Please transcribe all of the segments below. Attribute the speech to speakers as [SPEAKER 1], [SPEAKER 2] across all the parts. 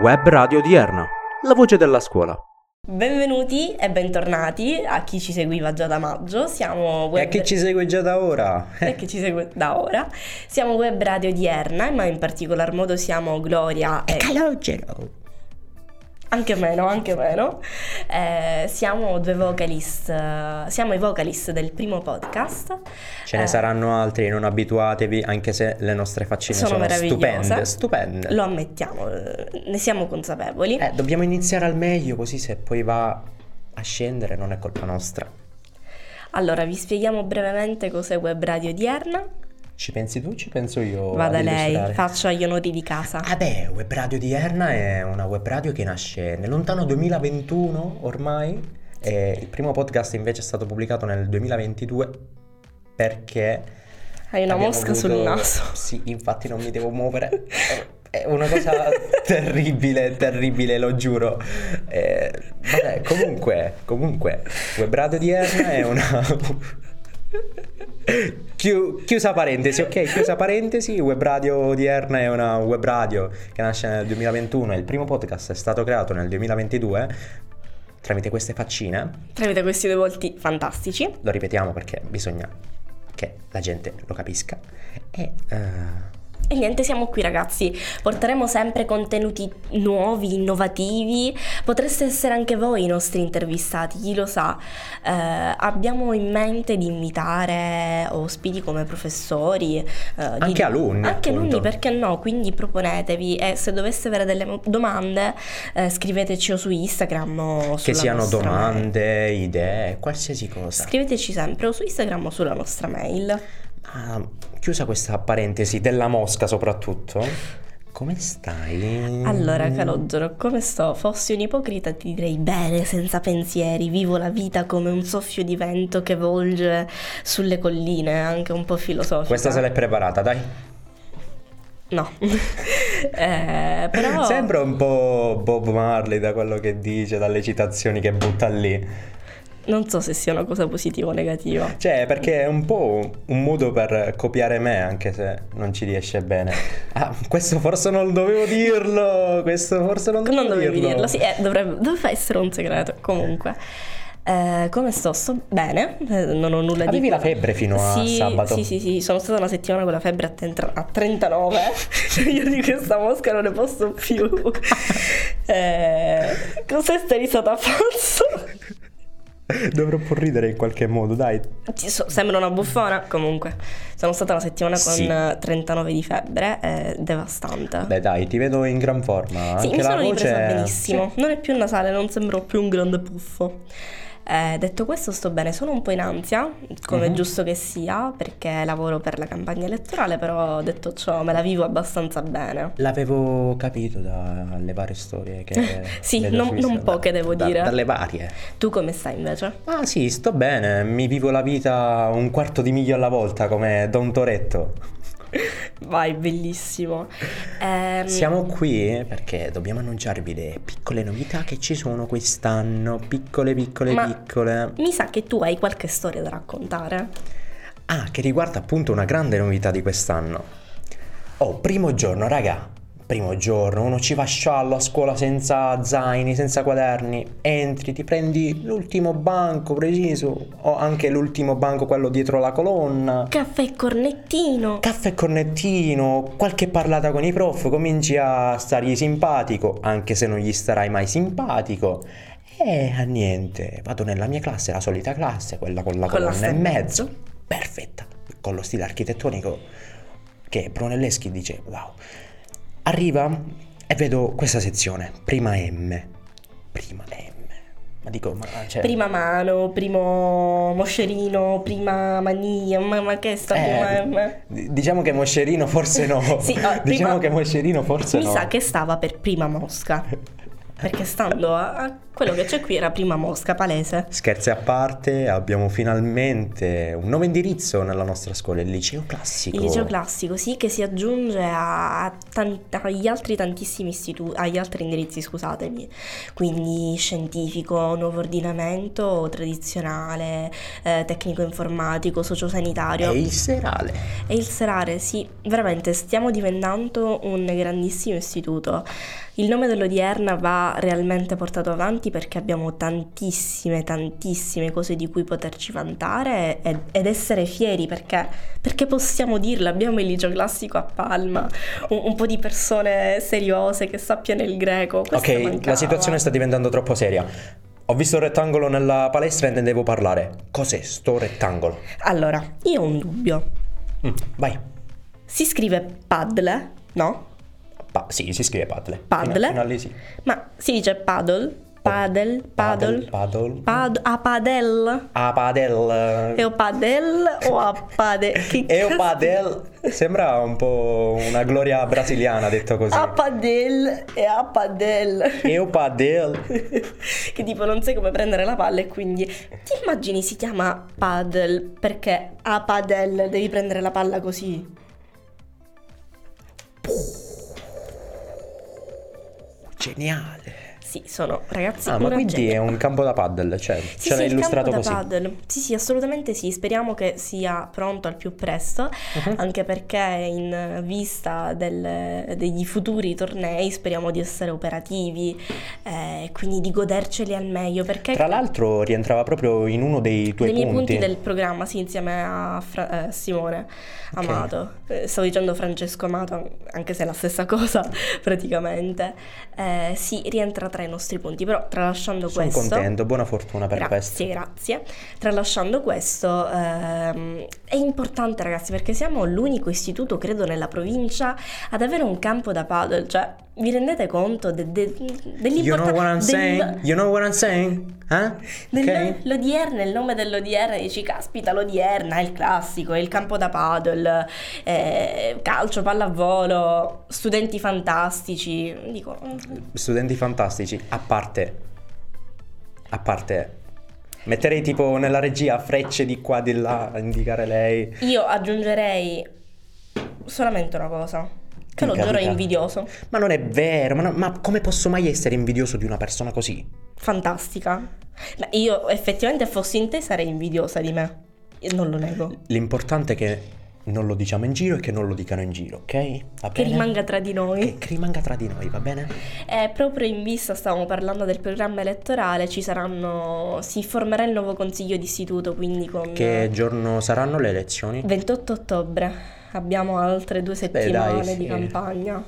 [SPEAKER 1] Web Radio Odierna, la voce della scuola.
[SPEAKER 2] Benvenuti e bentornati a chi ci seguiva già da maggio, siamo
[SPEAKER 3] E a chi ci segue già da ora?
[SPEAKER 2] e chi ci segue da ora. Siamo Web Radio Odierna, ma in particolar modo siamo Gloria e
[SPEAKER 3] Ecco. Calogero!
[SPEAKER 2] anche meno, anche meno. Eh, siamo due vocalist, eh, siamo i vocalist del primo podcast.
[SPEAKER 3] Ce ne
[SPEAKER 2] Eh,
[SPEAKER 3] saranno altri, non abituatevi, anche se le nostre faccine
[SPEAKER 2] Sono
[SPEAKER 3] sono,
[SPEAKER 2] meravigliose.
[SPEAKER 3] stupende, stupende.
[SPEAKER 2] Lo ammettiamo, eh, ne siamo consapevoli.
[SPEAKER 3] Eh, dobbiamo iniziare al meglio, così se poi va a scendere non è colpa nostra.
[SPEAKER 2] Allora, vi spieghiamo brevemente cos'è Web Radio Odierna.
[SPEAKER 3] Ci pensi tu, ci penso io.
[SPEAKER 2] Vada
[SPEAKER 3] ad
[SPEAKER 2] lei,
[SPEAKER 3] illustrare.
[SPEAKER 2] faccio agli onori di casa.
[SPEAKER 3] Vabbè, Web Radio di Erna è una web radio che nasce nel lontano 2021 ormai. E il primo podcast invece è stato pubblicato nel 2022 perché...
[SPEAKER 2] Hai una
[SPEAKER 3] abbiamo
[SPEAKER 2] mosca
[SPEAKER 3] avuto-
[SPEAKER 2] sul naso.
[SPEAKER 3] Sì, infatti non mi devo muovere. È una cosa terribile, terribile, lo giuro. Eh, vabbè, comunque, comunque, Web Radio di Erna è una... Chiu- chiusa parentesi, ok? Chiusa parentesi, Web Radio Odierna è una web radio che nasce nel 2021 e il primo podcast è stato creato nel 2022 tramite queste faccine.
[SPEAKER 2] Tramite questi due volti fantastici.
[SPEAKER 3] Lo ripetiamo perché bisogna che la gente lo capisca. E... eh,
[SPEAKER 2] E niente, siamo qui ragazzi, porteremo sempre contenuti nuovi, innovativi, potreste essere anche voi i nostri intervistati, chi lo sa. Eh, abbiamo in mente di invitare ospiti come professori, eh, di-
[SPEAKER 3] Anche alunni,
[SPEAKER 2] Anche alunni,
[SPEAKER 3] appunto.
[SPEAKER 2] perché no? Quindi proponetevi e se doveste avere delle mo- domande eh, scriveteci o su Instagram o
[SPEAKER 3] Che
[SPEAKER 2] sulla
[SPEAKER 3] siano
[SPEAKER 2] nostra mail.
[SPEAKER 3] domande, idee, qualsiasi cosa.
[SPEAKER 2] Scriveteci sempre o su Instagram o sulla nostra mail.
[SPEAKER 3] Ma Ah, chiusa questa parentesi della mosca soprattutto, come stai?
[SPEAKER 2] Allora,
[SPEAKER 3] Mm.
[SPEAKER 2] Calogero, come sto? Fossi un ipocrita ti direi bene, senza pensieri, vivo la vita come un soffio di vento che volge sulle colline, anche un po' filosofica.
[SPEAKER 3] Questa se l'è preparata, dai.
[SPEAKER 2] No. Eh, però...
[SPEAKER 3] Sembra un po' Bob Marley da quello che dice, dalle citazioni che butta lì.
[SPEAKER 2] Non so se sia una cosa positiva o negativa.
[SPEAKER 3] Cioè, perché è un po' un modo per copiare me, anche se non ci riesce bene. Ah, questo forse non dovevo dirlo, questo forse non dovevo
[SPEAKER 2] Non dovevi dirlo, sì, eh, dovrebbe, doveva essere un segreto. Comunque, eh, come sto? Sto bene, eh, non ho nulla di
[SPEAKER 3] Avevi la febbre fino a
[SPEAKER 2] Sì,
[SPEAKER 3] sabato?
[SPEAKER 2] Sì, sì, sì, sono stata una settimana con la febbre a, 30 a 39. Io di questa mosca non ne posso più. eh, cos'è sta risata falsa?
[SPEAKER 3] Dovrò pur ridere in qualche modo, dai.
[SPEAKER 2] Ci so- sembra una buffona, comunque. Sono stata una settimana con
[SPEAKER 3] Sì.
[SPEAKER 2] eh, 39 di febbre, è devastante.
[SPEAKER 3] Beh, dai, ti vedo in gran forma.
[SPEAKER 2] Sì,
[SPEAKER 3] Anche
[SPEAKER 2] mi
[SPEAKER 3] la
[SPEAKER 2] sono
[SPEAKER 3] voce...
[SPEAKER 2] ripresa benissimo. Non è più nasale, non sembrò più un grande puffo. Eh, detto questo, sto bene, sono un po' in ansia, come è
[SPEAKER 3] Mhm.
[SPEAKER 2] giusto che sia, perché lavoro per la campagna elettorale, però detto ciò me la vivo abbastanza bene.
[SPEAKER 3] L'avevo capito dalle varie storie che.
[SPEAKER 2] Sì,
[SPEAKER 3] vedo
[SPEAKER 2] non-
[SPEAKER 3] su Instagram.
[SPEAKER 2] non poche, devo
[SPEAKER 3] Da-
[SPEAKER 2] dire.
[SPEAKER 3] Dalle varie.
[SPEAKER 2] Tu come stai invece?
[SPEAKER 3] Ah, sì, sto bene. Mi vivo la vita un quarto di miglio alla volta, come Don Toretto.
[SPEAKER 2] Vai, bellissimo. Ehm,
[SPEAKER 3] Siamo qui perché dobbiamo annunciarvi le piccole novità che ci sono quest'anno. Piccole, piccole,
[SPEAKER 2] Ma-
[SPEAKER 3] piccole.
[SPEAKER 2] Mi sa che tu hai qualche storia da raccontare.
[SPEAKER 3] Ah, che riguarda appunto una grande novità di quest'anno. Oh, primo giorno, raga. Primo giorno, uno ci va sciallo a scuola senza zaini, senza quaderni. Entri, ti prendi l'ultimo banco preciso, o anche l'ultimo banco, quello dietro la colonna.
[SPEAKER 2] Caffè e cornettino.
[SPEAKER 3] Caffè e cornettino, qualche parlata con i prof, cominci a stargli simpatico, anche se non gli starai mai simpatico. E a niente, vado nella mia classe, la solita classe, quella con la
[SPEAKER 2] Con la
[SPEAKER 3] colonna
[SPEAKER 2] sta
[SPEAKER 3] e
[SPEAKER 2] in
[SPEAKER 3] mezzo, perfetta, con lo stile architettonico che Brunelleschi dice wow. Arriva e vedo questa sezione, prima M, prima M. Ma dico, ma cioè,
[SPEAKER 2] Prima mano, primo moscerino, prima mania, ma, ma che sta
[SPEAKER 3] eh,
[SPEAKER 2] prima M?
[SPEAKER 3] d- diciamo che Moscerino forse no.
[SPEAKER 2] Sì, ah, prima-
[SPEAKER 3] diciamo che Moscerino forse
[SPEAKER 2] Mi
[SPEAKER 3] no.
[SPEAKER 2] sa che stava per prima mosca. Perché stando a, a Quello che c'è qui era prima Mosca, palese.
[SPEAKER 3] Scherzi a parte, abbiamo finalmente un nuovo indirizzo nella nostra scuola, il liceo classico.
[SPEAKER 2] Il liceo classico, sì, che si aggiunge a tan- agli altri tantissimi istituti, agli altri indirizzi, scusatemi, quindi scientifico, nuovo ordinamento, tradizionale, eh, tecnico informatico, sociosanitario.
[SPEAKER 3] E il serale.
[SPEAKER 2] E il Serare, sì, veramente stiamo diventando un grandissimo istituto. Il nome dell'odierna va realmente portato avanti perché abbiamo tantissime, tantissime cose di cui poterci vantare ed, ed essere fieri perché, perché possiamo dirlo, abbiamo il liceo classico a Palma, un, un po' di persone seriose che sappiano il greco. Questo
[SPEAKER 3] ok,
[SPEAKER 2] mancava.
[SPEAKER 3] la situazione sta diventando troppo seria. Ho visto un rettangolo nella palestra e ne devo parlare. Cos'è sto rettangolo?
[SPEAKER 2] Allora, io ho un dubbio.
[SPEAKER 3] Mm, vai.
[SPEAKER 2] Si scrive paddle, no?
[SPEAKER 3] Pa- sì, si scrive paddle.
[SPEAKER 2] Paddle?
[SPEAKER 3] Fino- fino a lì sì.
[SPEAKER 2] Ma si dice paddle, paddle, paddle,
[SPEAKER 3] Paddle.
[SPEAKER 2] pad- a padel,
[SPEAKER 3] A Ah, padel.
[SPEAKER 2] e o padel o a padel, che
[SPEAKER 3] E
[SPEAKER 2] cazzo-
[SPEAKER 3] o padel. Sembra un po' una gloria brasiliana detto così.
[SPEAKER 2] a padel e a padel,
[SPEAKER 3] E o padel.
[SPEAKER 2] che tipo non sai come prendere la palla e quindi ti immagini si chiama padel perché a padel devi prendere la palla così.
[SPEAKER 3] Geniale.
[SPEAKER 2] Sì, sono ragazzi
[SPEAKER 3] Ah, ma
[SPEAKER 2] una
[SPEAKER 3] quindi
[SPEAKER 2] genia.
[SPEAKER 3] è un campo da paddle, cioè
[SPEAKER 2] Sì,
[SPEAKER 3] ce
[SPEAKER 2] sì,
[SPEAKER 3] l'hai
[SPEAKER 2] il
[SPEAKER 3] illustrato
[SPEAKER 2] campo
[SPEAKER 3] così.
[SPEAKER 2] da paddle. Sì, sì, assolutamente sì. Speriamo che sia pronto al più presto,
[SPEAKER 3] Uh-huh.
[SPEAKER 2] anche perché in vista del- degli futuri tornei speriamo di essere operativi e quindi di goderceli al meglio, perché
[SPEAKER 3] Tra l'altro rientrava proprio in uno dei tuoi
[SPEAKER 2] dei miei punti del programma, sì, insieme a Fra- eh, Simone
[SPEAKER 3] Ok.
[SPEAKER 2] Amato. Eh, stavo dicendo Francesco Amato, anche se è la stessa cosa praticamente. Eh, sì, rientra tra i nostri punti, però tralasciando
[SPEAKER 3] Sono
[SPEAKER 2] questo...
[SPEAKER 3] contento, buona fortuna Ah, per questo.
[SPEAKER 2] Grazie, grazie. Tralasciando questo, ehm, è importante ragazzi perché siamo l'unico istituto, credo, nella provincia ad avere un campo da paddle, cioè vi rendete conto de- de-
[SPEAKER 3] You know what I'm
[SPEAKER 2] dell'importanza
[SPEAKER 3] saying? You know what I'm saying? Eh? Ok?
[SPEAKER 2] L'odierna, il nome dell'odierna, dici caspita l'odierna, è il classico, è il campo da paddle, eh, calcio, pallavolo, studenti fantastici, dico... mm,
[SPEAKER 3] Studenti fantastici, a parte a parte metterei tipo nella regia frecce di qua di là a indicare lei.
[SPEAKER 2] Io aggiungerei solamente una cosa. Che
[SPEAKER 3] Ti
[SPEAKER 2] lo giuro è
[SPEAKER 3] capita?
[SPEAKER 2] invidioso.
[SPEAKER 3] Ma non è vero, ma, no- ma come posso mai essere invidioso di una persona così?
[SPEAKER 2] Fantastica. Ma io effettivamente fossi in te sarei invidiosa di me. Io non lo nego.
[SPEAKER 3] L'importante è che non lo diciamo in giro e che non lo dicano in giro, ok? Va
[SPEAKER 2] Che
[SPEAKER 3] bene?
[SPEAKER 2] rimanga tra di noi.
[SPEAKER 3] Che- che rimanga tra di noi, va bene?
[SPEAKER 2] Eh, proprio in vista, stavamo parlando del programma elettorale, ci saranno. si formerà il nuovo consiglio d'istituto, quindi con.
[SPEAKER 3] Che giorno saranno le elezioni?
[SPEAKER 2] 28 ottobre. Abbiamo altre due
[SPEAKER 3] dai,
[SPEAKER 2] settimane di
[SPEAKER 3] sì.
[SPEAKER 2] campagna.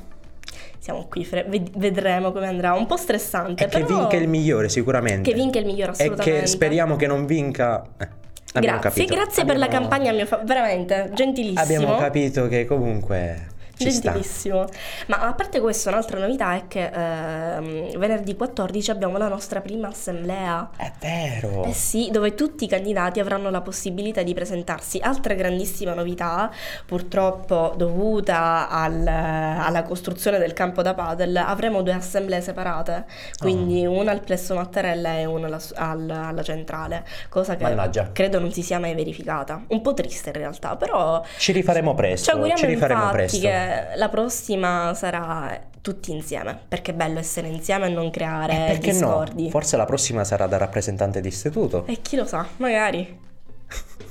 [SPEAKER 2] Siamo qui, fre- ved- vedremo come andrà. Un po' stressante,
[SPEAKER 3] E che
[SPEAKER 2] però.
[SPEAKER 3] vinca il migliore sicuramente.
[SPEAKER 2] Che vinca il migliore,
[SPEAKER 3] E
[SPEAKER 2] assolutamente.
[SPEAKER 3] che speriamo che non vinca... eh, abbiamo
[SPEAKER 2] grazie,
[SPEAKER 3] capito.
[SPEAKER 2] grazie per la
[SPEAKER 3] Abbiamo-
[SPEAKER 2] campagna, mio fa- veramente, gentilissimo.
[SPEAKER 3] Abbiamo capito che comunque ci sta.
[SPEAKER 2] Gentilissimo. Ma a parte questo, un'altra novità è che ehm, venerdì 14 abbiamo la nostra prima assemblea.
[SPEAKER 3] È vero.
[SPEAKER 2] Eh sì, dove tutti i candidati avranno la possibilità di presentarsi. Altra grandissima novità, purtroppo dovuta al- alla costruzione del campo da padel, avremo due assemblee
[SPEAKER 3] Ah.
[SPEAKER 2] separate, quindi una al plesso Mattarella e una alla, al- alla centrale, cosa che
[SPEAKER 3] Mannaggia.
[SPEAKER 2] credo non si sia mai verificata. Un po' triste in realtà, però
[SPEAKER 3] Ci rifaremo
[SPEAKER 2] ci
[SPEAKER 3] presto.
[SPEAKER 2] auguriamo
[SPEAKER 3] rifaremo
[SPEAKER 2] infatti
[SPEAKER 3] presto.
[SPEAKER 2] che la prossima sarà tutti insieme, perché è bello essere insieme e non
[SPEAKER 3] Eh,
[SPEAKER 2] creare
[SPEAKER 3] perché
[SPEAKER 2] discordi.
[SPEAKER 3] no? Forse la prossima sarà da rappresentante di istituto.
[SPEAKER 2] E chi lo sa, magari.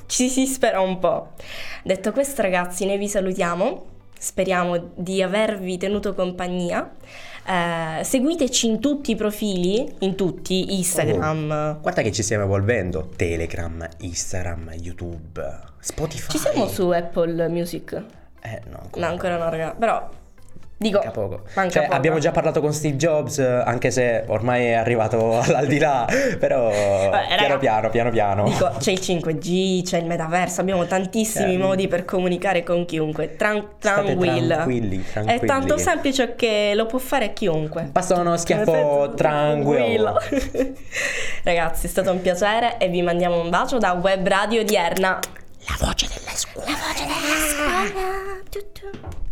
[SPEAKER 2] Ci si spera un po'. Detto questo, ragazzi, noi vi salutiamo. Speriamo di avervi tenuto compagnia. Eh, seguiteci in tutti i profili, in tutti, Instagram.
[SPEAKER 3] Guarda che ci stiamo evolvendo. Telegram, Instagram, YouTube, Spotify.
[SPEAKER 2] Ci siamo su Apple Music?
[SPEAKER 3] Eh, no, ancora.
[SPEAKER 2] No, ancora no, raga. Però dico
[SPEAKER 3] Manca poco.
[SPEAKER 2] manca
[SPEAKER 3] Cioè,
[SPEAKER 2] poco.
[SPEAKER 3] abbiamo già parlato con Steve Jobs, eh, anche se ormai è arrivato all'aldilà, però
[SPEAKER 2] Eh, raga,
[SPEAKER 3] Eh, piano piano, piano piano.
[SPEAKER 2] Dico, c'è il 5G, c'è il metaverso, abbiamo tantissimi
[SPEAKER 3] Eh,
[SPEAKER 2] modi per comunicare con chiunque. Tran-
[SPEAKER 3] State
[SPEAKER 2] tranquilli.
[SPEAKER 3] tranquilli,
[SPEAKER 2] È
[SPEAKER 3] tranquilli.
[SPEAKER 2] tanto semplice che lo può fare chiunque.
[SPEAKER 3] Basta uno schiaffo
[SPEAKER 2] Perfetto,
[SPEAKER 3] tranquillo.
[SPEAKER 2] tranquillo. Ragazzi, è stato un piacere e vi mandiamo un bacio da Web Radio Odierna. La voce della scuola. La voce della scuola. Tu, tu.